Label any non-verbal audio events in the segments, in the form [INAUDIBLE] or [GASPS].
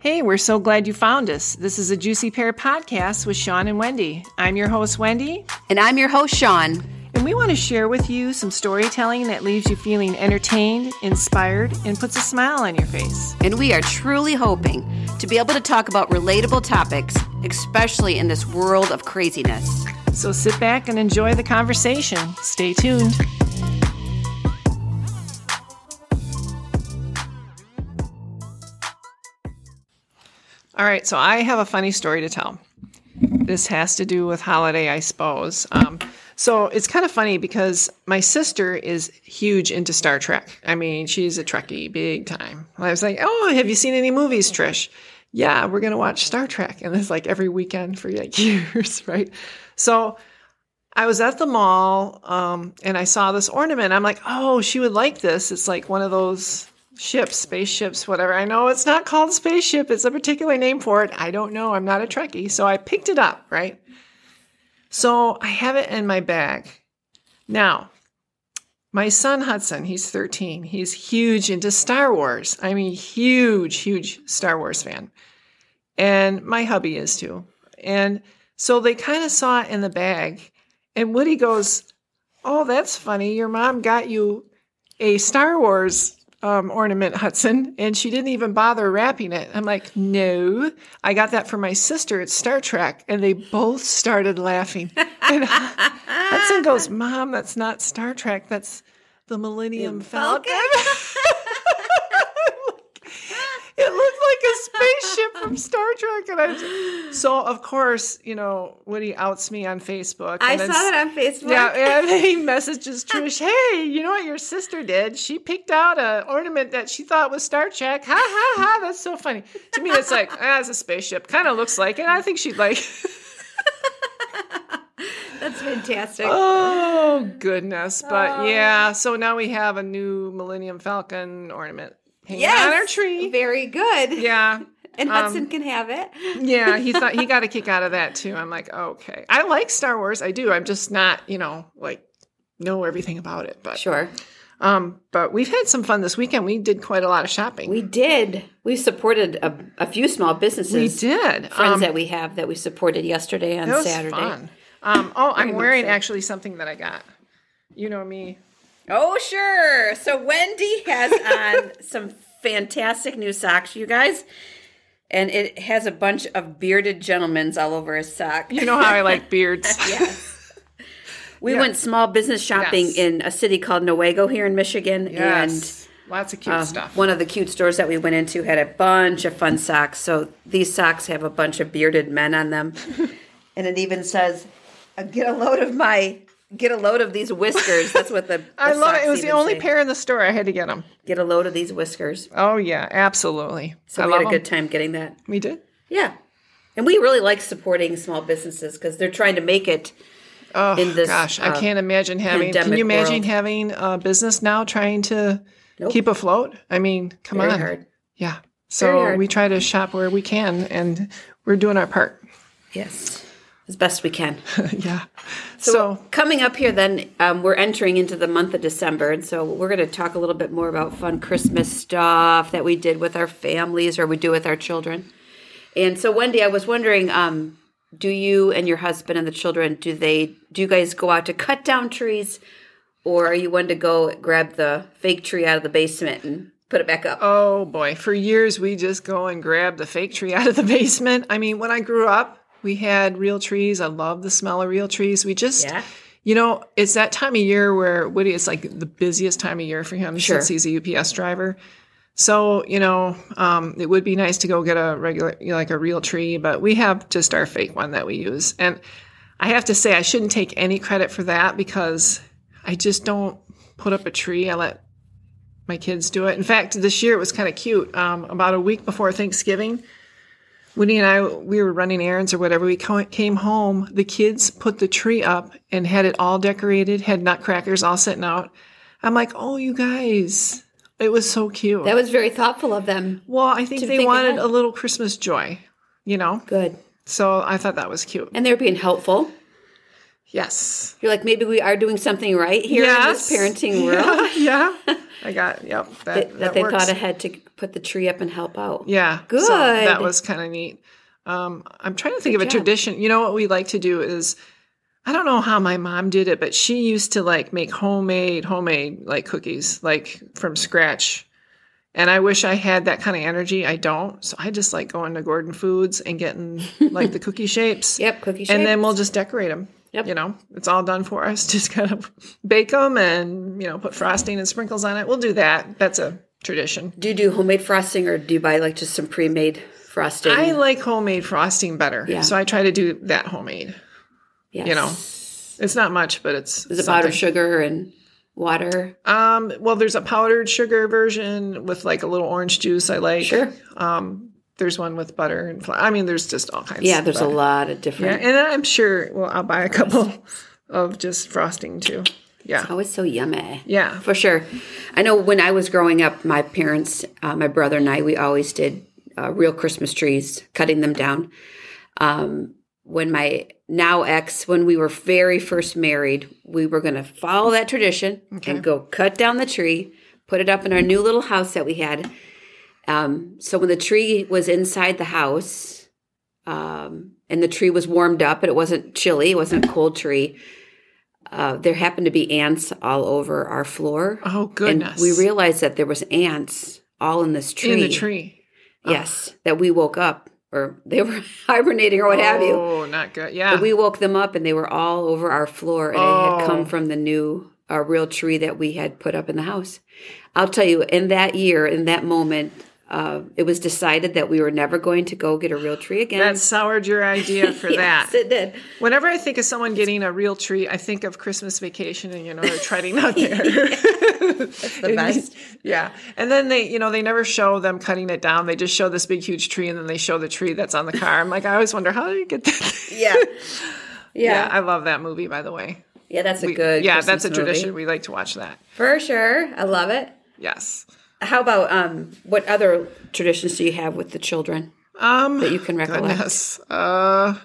Hey, we're so glad you found us. This is a Juicy Pear podcast with Sean and Wendy. I'm your host, Wendy, And I'm your host, Sean. and we want to share with you some storytelling that leaves you feeling entertained, inspired, and puts a smile on your face. And we are truly hoping to be able to talk about relatable topics, especially in this world of craziness. So sit back and enjoy the conversation. Stay tuned. All right, so I have a funny story to tell. This has to do with holiday, I suppose. Um, so it's kind of funny because my sister is huge into Star Trek. I mean, she's a Trekkie, big time. And I was like, "Oh, have you seen any movies, Trish?" Yeah, we're gonna watch Star Trek, and it's like every weekend for like [LAUGHS] years, right? So I was at the mall um, and I saw this ornament. I'm like, oh, she would like this. It's like one of those ships, spaceships, whatever. I know it's not called spaceship, it's a particular name for it. I don't know. I'm not a Trekkie. So I picked it up, right? So I have it in my bag. Now, my son Hudson, he's 13. He's huge into Star Wars. I mean, huge, huge Star Wars fan. And my hubby is too. And so they kind of saw it in the bag. And Woody goes, Oh, that's funny. Your mom got you a Star Wars um, ornament, Hudson, and she didn't even bother wrapping it. I'm like, No, I got that for my sister at Star Trek. And they both started laughing. And [LAUGHS] Hudson goes, Mom, that's not Star Trek. That's the Millennium Falcon. [LAUGHS] it looked like a spaceship from Star Trek. And I was, so, of course, you know, Woody outs me on Facebook. I and saw then s- that on Facebook. yeah, and [LAUGHS] he messages Trish, "Hey, you know what your sister did? She picked out a ornament that she thought was Star Trek. Ha ha ha! That's so funny. To me, it's like ah, it's a spaceship. Kind of looks like it. I think she'd like. [LAUGHS] That's fantastic. Oh goodness! But yeah, so now we have a new Millennium Falcon ornament hanging on our tree. Very [LAUGHS] good. yeah, And um, Hudson can have it. yeah, he thought he got a kick out of that too. I'm like, okay, I like Star Wars. I do. I'm just not, you know, like know everything about it, but. Sure. Um, but we've had some fun this weekend. We did quite a lot of shopping. We did. We supported a, a few small businesses. We did. Friends Um, that we have that we supported yesterday on that was Saturday. fun. Um, oh, I'm much wearing so. actually something that I got. You know me. Oh, sure. So Wendy has [LAUGHS] on some fantastic new socks, you guys. And it has a bunch of bearded gentlemen's all over his sock. You know how I like beards. [LAUGHS] we went small business shopping Yes. in a city called Nowego here in Michigan. And uh, Yes. Lots of cute stuff. One of the cute stores that we went into had a bunch of fun socks. So these socks have a bunch of bearded men on them. [LAUGHS] and it even says, uh, get a load of my, get a load of these whiskers. That's what [LAUGHS] the, I the love it. socks It was the even only say. pair in the store. I had to get them. Get a load of these whiskers. Oh yeah, absolutely. So I we had a love 'em. good time getting that. We did. Yeah. And we really like supporting small businesses because they're trying to make it. Oh in this, gosh, I uh, can't imagine having. Can pandemic you imagine world. having a business now trying to Nope. keep afloat? I mean, come Very on. hard. Yeah. Very So hard. we try to shop where we can, and we're doing our part. Yes. As best we can. yeah. So, So, coming up here, then um, we're entering into the month of December, and so we're going to talk a little bit more about fun Christmas stuff that we did with our families or we do with our children. And so, Wendy, I was wondering, um, do you and your husband and the children do they do you guys go out to cut down trees, or are you one to go grab the fake tree out of the basement and put it back up? oh boy, for years we just go and grab the fake tree [LAUGHS] out of the basement. I mean, when I grew up, we had real trees. I love the smell of real trees. We just, Yeah. you know, it's that time of year where Woody is like the busiest time of year for him Sure. since he's a UPS driver. So, you know, um, it would be nice to go get a regular, you know, like a real tree, but we have just our fake one that we use. And I have to say, I shouldn't take any credit for that because I just don't put up a tree. I let my kids do it. In fact, this year it was kind of cute. Um, about a week before Thanksgiving, Woody and I we were running errands or whatever. We co- came home. The kids put the tree up and had it all decorated. Had nutcrackers all sitting out. I'm like, oh, you guys, it was so cute. That was very thoughtful of them. well, I think they think wanted ahead. a little Christmas joy, you know. Good, So I thought that was cute. and they're being helpful. Yes. You're like maybe we are doing something right here in this Yes. [LAUGHS] [LAUGHS] parenting world. [LAUGHS] yeah. I got. Yep. That that, that they works. thought ahead to put the tree up and help out. Yeah. so Good. that was kind of neat. Um, I'm trying to think of a job. tradition. You know what we like to do is, I don't know how my mom did it, but she used to like make homemade, homemade like cookies, like from scratch. And I wish I had that kind of energy. I don't. So I just like going to Gordon Foods and getting like [LAUGHS] the cookie shapes. Yep, cookie And then shapes. we'll just decorate them. Yep. You know, it's all done for us. [LAUGHS] Just kind of bake them and, you know, put frosting and sprinkles on it. We'll do that. That's a tradition. Do you do homemade frosting or do you buy like just some pre-made frosting? I like homemade frosting better. Yeah. So I try to do that homemade. yes. You know, it's not much, but it's. Is it powdered something. sugar and water? Um, well, there's a powdered sugar version with like a little orange juice I like. Sure. Um, there's one with butter and flour. I mean, there's just all kinds. Yeah, there's a but- lot of Yeah, different. and I'm sure, well, I'll buy a couple of just frosting too. Yeah. Oh, it's so yummy. Yeah. For sure. I know when I was growing up, my parents, uh, my brother and I, we always did uh, real Christmas trees, cutting them down. Um, when my now ex, when we were very first married, we were going to follow that tradition and go cut down the tree, put it up in our new little house that we had. Um, so when the tree was inside the house, um, and the tree was warmed up, and it wasn't chilly, it wasn't a cold tree. Uh, there happened to be ants all over our floor. Oh, goodness. And we realized that there was ants all in this tree. In the tree. Yes, that we woke up or they were [LAUGHS] hibernating or what have you. Oh, not good. Yeah. But we woke them up and they were all over our floor and it had Oh. come from the new uh, real tree that we had put up in the house. I'll tell you, in that year, in that moment, uh, it was decided that we were never going to go get a real tree again. that soured your idea for that. [LAUGHS] Yes, it did. Whenever I think of someone getting a real tree, I think of Christmas vacation and you know they're [LAUGHS] treading out there. The best. yeah. And then they, you know, they never show them cutting it down. They just show this big huge tree and then they show the tree that's on the car. I'm like, I always wonder how do you get that? [LAUGHS] Yeah. Yeah, Yeah. I love that movie by the way. Yeah, that's a good. yeah, Christmas that's a movie. tradition. We like to watch that. For sure. I love it. Yes. How about um what other traditions do you have with the children Um that you can recollect? Goodness. Uh,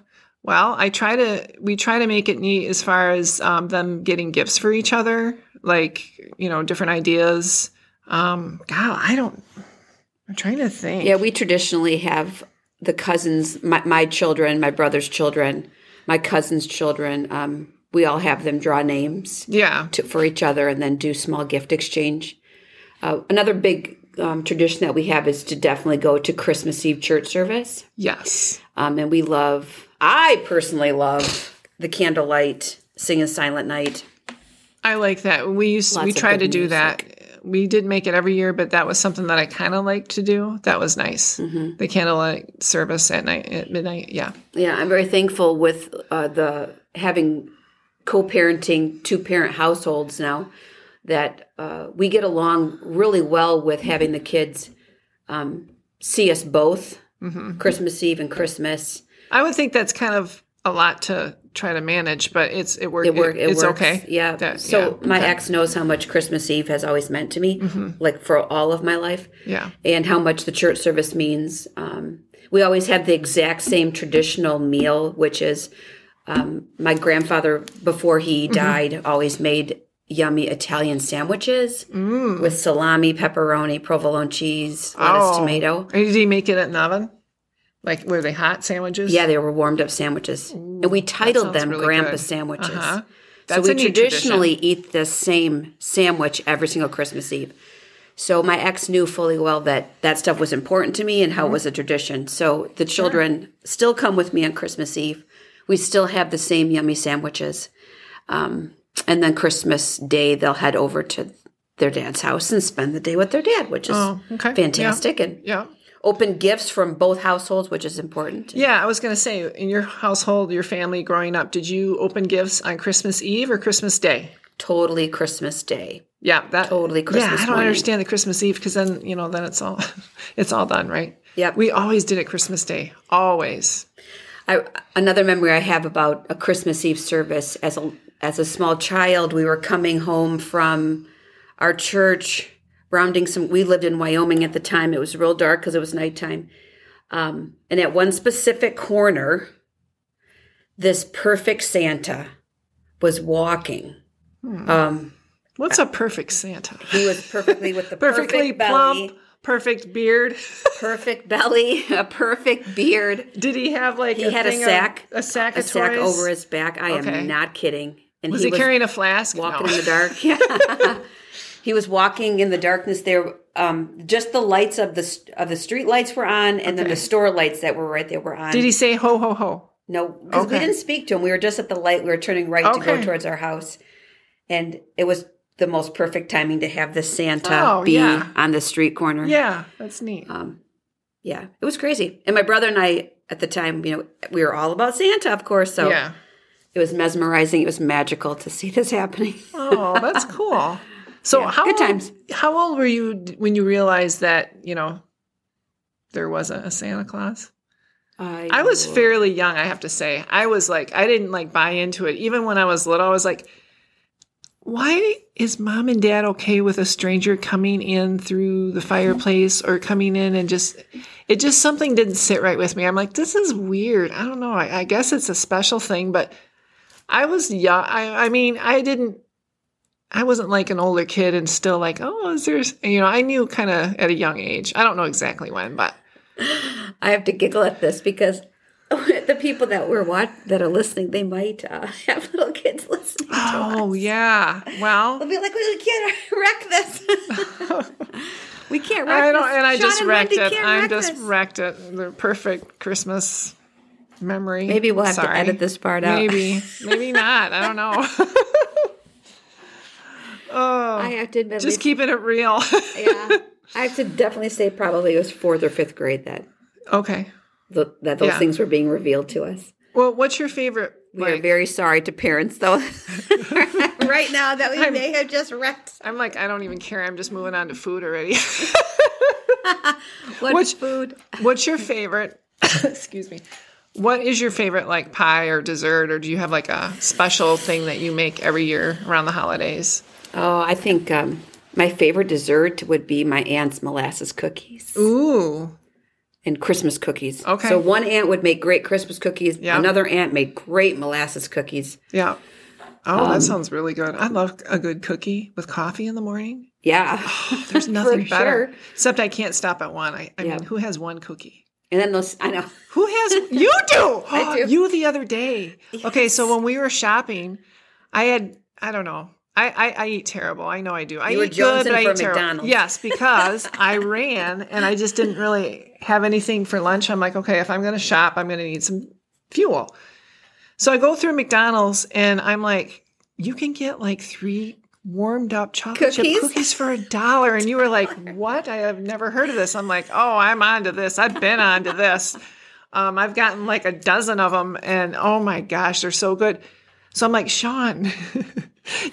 well, I try to. We try to make it neat as far as um, them getting gifts for each other, like you know, different ideas. Um, God, I don't. I'm trying to think. Yeah, we traditionally have the cousins, my, my children, my brother's children, my cousin's children. Um, we all have them draw names Yeah. to, for each other and then do small gift exchange. Uh, another big um, tradition that we have is to definitely go to Christmas Eve church service. Yes. Um, and we love, I personally love the candlelight, sing a silent night. I like that. We used. we of tried to good do that. We did make it every year, but that was something that I kind of liked to do. That was nice. Mm-hmm. The candlelight service at night at midnight. Yeah. Yeah, I'm very thankful with uh, the having co-parenting two parent households now that uh, we get along really well with having the kids um, see us both Mm-hmm. Christmas Eve and Christmas. I would think that's kind of a lot to try to manage, but it's it works. It work. It it's works. okay. Yeah. That- so yeah, my okay. Mm-hmm. ex knows how much Christmas Eve has always meant to me, like for all of my life. Yeah. and how much the church service means. Um, we always have the exact same traditional meal, which is um, my grandfather, before he Mm-hmm. died, always made yummy Italian sandwiches with salami, pepperoni, provolone cheese, lettuce, Mm. Oh. tomato. And Did he make it at an oven? Like were they hot sandwiches? Yeah, they were warmed up sandwiches. and we titled them really Grandpa good. Sandwiches. Uh-huh. So That's we a neat traditionally eat the same sandwich every single Christmas Eve. So my ex knew fully well that that stuff was important to me and Mm-hmm. how it was a tradition. So the children still come with me on Christmas Eve. We still have the same yummy sandwiches. Um, and then Christmas Day, they'll head over to their dad's house and spend the day with their dad, which is Oh, okay. Yeah. fantastic. And Yeah. open gifts from both households, which is important. Yeah, I was going to say in your household, your family growing up, did you open gifts on Christmas Eve or Christmas Day? totally Christmas Day. Yeah, that Totally Yeah, I Christmas don't morning. understand the Christmas Eve because then you know then it's all, [LAUGHS] it's all done right. Yep. we always did it Christmas Day, always. I, another memory I have about a Christmas Eve service as a as a small child, we were coming home from our church, rounding some. We lived in Wyoming at the time. It was real dark because it was nighttime, um, and at one specific corner, this perfect Santa was walking. Um, What's a perfect Santa? he was perfectly with the Perfectly [LAUGHS] perfect belly, plump, perfect [LAUGHS] beard. perfect belly, [LAUGHS] a perfect beard. Did he have like He had a thing of- sack, a sack, a of sack toys? over his back. I Okay. am not kidding. And Was he, carrying a flask? walking No. in the dark. [LAUGHS] [LAUGHS] Yeah. he was walking in the darkness there. Um, just the lights of the st- of the street lights were on, and then the store lights that were right there were on. Did he say ho ho ho? No, because we Okay. didn't speak to him. We were just at the light. We were turning right to go Okay. towards our house, and it was the most perfect timing to have this Santa Oh, be yeah. on the street corner. Um, Yeah, that's neat. Uh, yeah, it was crazy. And my brother and I at the time, you know, we were all about Santa, of course. So yeah. it was mesmerizing. It was magical to see this happening. Oh, [LAUGHS] that's cool. So how good old, times. How old were you d- when you realized that you know there wasn't a Santa Claus? I was fairly young, I have to say. I was like, I didn't like buy into it. Even when I was little, I was like, why is mom and dad okay with a stranger coming in through the fireplace or coming in and just, it just something didn't sit right with me. I'm like, this is weird. I don't know. I, I guess it's a special thing, but I was young. I, I mean, I didn't. I wasn't like an older kid and still like, oh, is there, you know, I knew kind of at a young age. I don't know exactly when, but I have to giggle at this because [LAUGHS] the people that were watch- that are listening, they might uh, [LAUGHS] have little kids listening. oh, yeah. Well, They'll be like, "We can't [LAUGHS] wreck this. [LAUGHS] we can't wreck I don't, this." and I Sean just wrecked Wendy it. can't I wreck just this. wrecked it. The perfect Christmas memory. Maybe we'll have to Sorry. edit this part out. [LAUGHS] Maybe, maybe not. I don't know. [LAUGHS] I have to admit, just keeping it real. [LAUGHS] yeah, [LAUGHS] I have to definitely say probably it was fourth or fifth grade that okay. th- that those Yeah. things were being revealed to us. Well, what's your favorite? We are like- very sorry to parents, [LAUGHS] though. [LAUGHS] right now, that we may have just wrecked. I'm like, I don't even care. I'm just moving on to food already. [LAUGHS] What Which- food? what's your favorite? [COUGHS] excuse me. What is your favorite like pie or dessert, or do you have like a special thing that you make every year around the holidays? Oh, I think um, my favorite dessert would be my aunt's molasses cookies Ooh, and Christmas cookies. Okay. So one aunt would make great Christmas cookies. Yeah. Another aunt made great molasses cookies. Yeah. Oh, Um, that sounds really good. I love a good cookie with coffee in the [LAUGHS] morning. [LAUGHS] Yeah. There's nothing For better. sure. Except I can't stop at one. I, I Yeah. mean, who has one cookie? And then those, I know. Who has [LAUGHS] you do? [GASPS] I do. You the other day. Okay, so when we were shopping, I had I don't know. I, I, I eat terrible. I know I do. I You were eat good, jonesing but I for eat terrible. McDonald's. [LAUGHS] Yes, because I ran and I just didn't really have anything for lunch. I'm like, okay, if I'm going to shop, I'm going to need some fuel. So I go through McDonald's and I'm like, you can get like three warmed up chocolate Cookies? chip cookies for a dollar. And you were [LAUGHS] like, what? I have never heard of this. I'm like, oh, I'm onto this. I've been onto this. Um, I've gotten like a dozen of them, and oh my gosh, they're so good. So I'm like, Sean, [LAUGHS]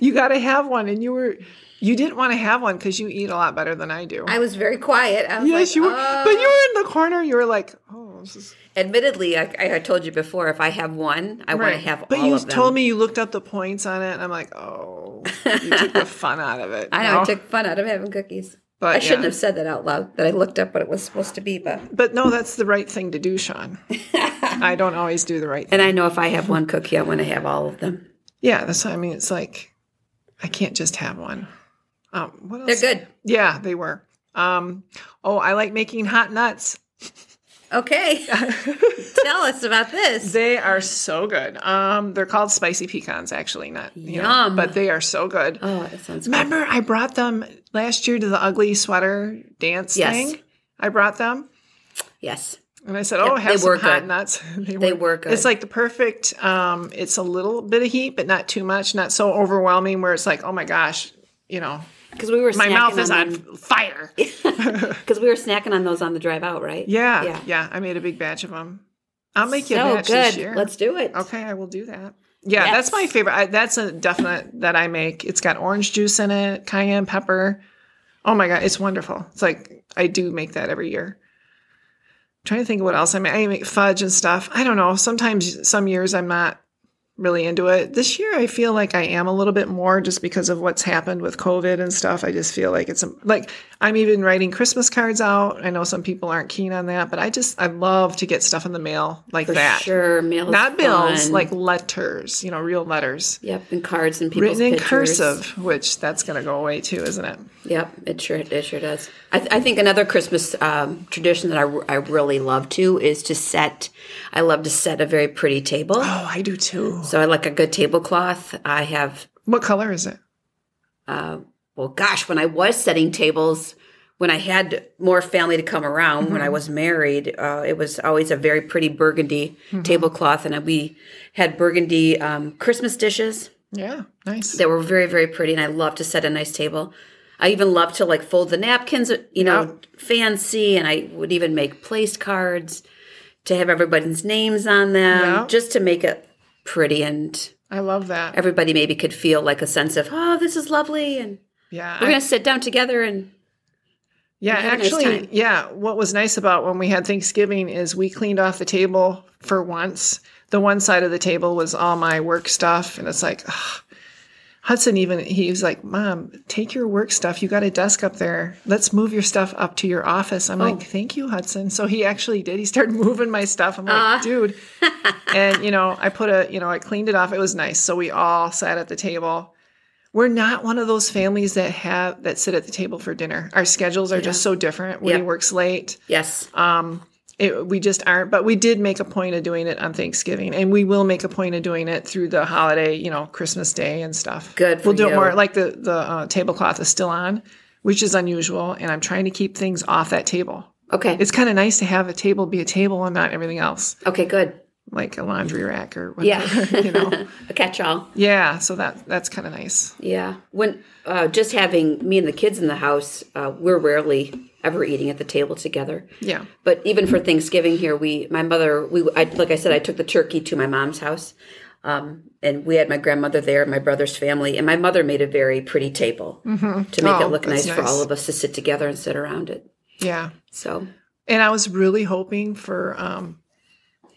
you got to have one. And you were, you didn't want to have one because you eat a lot better than I do. I was very quiet. I was yes, like, you were, "Oh." but you were in the corner. You were like, oh, this is Admittedly, I, I had told you before, if I have one, I want to have But all you of them. told me you looked up the points on it, and I'm like, oh, you took the fun out of it. [LAUGHS] I know, No. I took fun out of having cookies. But I yeah. shouldn't Mm-hmm. have said that out loud, that I looked up what it was supposed to be, but. But no, that's the right thing to do, [LAUGHS] Sean. I don't always do the right thing. And I know if I have one cookie, I want to have all of them. Yeah, that's. I mean, it's like I can't just have one. Um, what else? They're good. Yeah, they were. Um, oh, I like making hot nuts. [LAUGHS] Okay. Tell us about this. They are so good. Um, they're called spicy pecans, actually, not you know, Yum. but they are so good. Oh, that sounds good. Remember, I brought them last year to the ugly sweater dance Yes. thing. I brought them, Yes. and I said, Yep, "Oh, they have some were hot good. nuts." [LAUGHS] they, They were good. It's like the perfect. Um, it's a little bit of heat, but not too much, not so overwhelming where it's like, "Oh my gosh," you know, Because we were my snacking mouth is on on fire. [LAUGHS] because we were snacking on those on the drive out, right? Yeah, yeah. yeah, I made a big batch of them. I'll make you a So batch this year. good. Let's do it. Okay, I will do that. Yeah, Yes. that's my favorite. I, that's a definite that I make. It's got orange juice in it, cayenne pepper. Oh my god, it's wonderful. It's like I do make that every year. trying to think of what else I make. I make fudge and stuff. I don't know. Sometimes some years I'm not really into it. This year, I feel like I am a little bit more just because of what's happened with COVID and stuff. I just feel like it's a, like I'm even writing Christmas cards out. I know some people aren't keen on that, but I just I love to get stuff in the mail like For that. sure, mail is Not bills, fun. like letters, you know, real letters. Yep, and cards and people's Written in pictures. cursive, which that's going to go away too, isn't it? Yep, it sure it sure does. I, th- I think another Christmas um, tradition that I, r- I really love to is to set. I love to set a very pretty [GASPS] table. Oh, I do too. So I like a good tablecloth. I have What color is it? well, gosh, when I was setting tables, when I had more family to come around, when I was married, uh, it was always a very pretty burgundy tablecloth, and we had burgundy um, Christmas dishes. Yeah, nice. that were very very pretty and i love to set a nice table i even love to like fold the napkins you know fancy and i would even make place cards to have everybody's names on them Yeah. just to make it pretty and I love that. everybody maybe could feel like a sense of oh this is lovely and Yeah, we're going to sit down together and Yeah, had a nice actually, time. yeah. What was nice about when we had Thanksgiving is we cleaned off the table for once. The one side of the table was all my work stuff, and it's like ugh. Hudson even he was like, "Mom, take your work stuff. You got a desk up there. Let's move your stuff up to your office." I'm Oh. like, "Thank you, Hudson." So he actually did. He started [LAUGHS] moving my stuff. I'm like, [LAUGHS] "Dude," and you know, I put a you know, I cleaned it off. It was nice. So we all sat at the table we're not one of those families that have that sit at the table for dinner. Our schedules are just so different. Woody Yeah. works late. yes Uh, It, we just aren't. But we did make a point of doing it on Thanksgiving, and we will make a point of doing it through the holiday, you know, Christmas Day and stuff. Good for we'll do it you. more. Like the the uh, tablecloth is still on, which is unusual, and I'm trying to keep things off that table. okay It's kind of nice to have a table be a table and not everything else, okay good like a laundry rack or yeah whatever. you [LAUGHS] know. a catch all Yeah. So that that's kind of nice. Yeah. When uh, just having me and the kids in the house, uh, we're rarely ever eating at the table together. Yeah. But even for Thanksgiving here, we my mother we I, like I said I took the turkey to my mom's house, um, and we had my grandmother there, my brother's family, and my mother made a very pretty table to make Oh, it look that's nice, for nice. all of us to sit together and sit around it. Yeah. So And I was really hoping for um,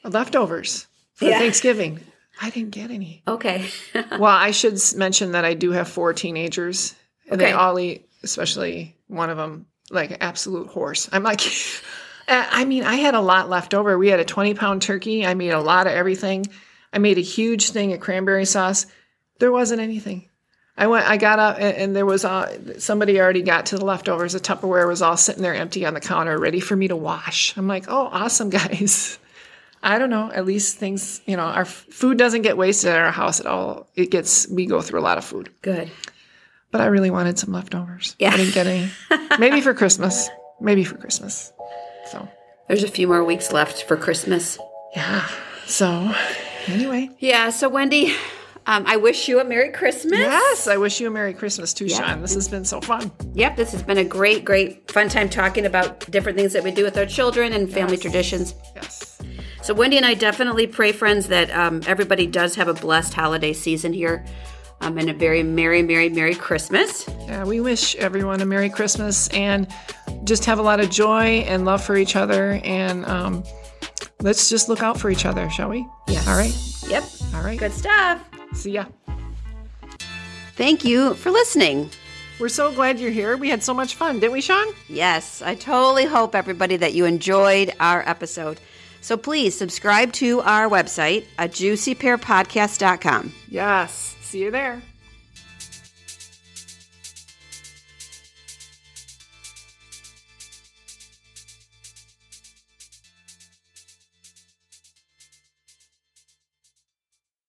leftovers for Yeah. Thanksgiving. I didn't get any. okay, Well, I should s- mention that I do have four teenagers, and they Okay. all eat, especially one of them, like an absolute horse. I'm like, [LAUGHS] Uh, I mean, I had a lot left over. We had a 20 pound turkey. I made a lot of everything. I made a huge thing of cranberry sauce. There wasn't anything. I went. I got up, and, and there was uh, somebody already got to the leftovers. The Tupperware was all sitting there empty on the counter, ready for me to wash. I'm like, oh, awesome, [LAUGHS] guys. I don't know. At least things, you know, our f- food doesn't get wasted at our house at all. It gets. We go through a lot of food, good. but I really wanted some leftovers. Yeah. I didn't get [LAUGHS] any. Maybe for Christmas. Maybe for Christmas. So There's a few more weeks left for Christmas. yeah. So anyway, Yeah. So Wendy, um, I wish you a Merry Christmas. yes, I wish you a Merry Christmas too, Sean. This has been so fun. Yep, this has been a great, great fun time talking about different things that we do with our children and family traditions. Yes. So, Wendy and I definitely pray, friends, that um, everybody does have a blessed holiday season here um, and a very Merry, Merry, Merry Christmas. Yeah, we wish everyone a Merry Christmas and just have a lot of joy and love for each other. And um, let's just look out for each other, shall we? Yes. All right. Yep, All right. good stuff. See ya. Thank you for listening. We're so glad you're here. We had so much fun, didn't we, Sean? Yes, I totally hope everybody that you enjoyed our episode. So please subscribe to our website, a juicypearpodcast.com. Yes. See you there.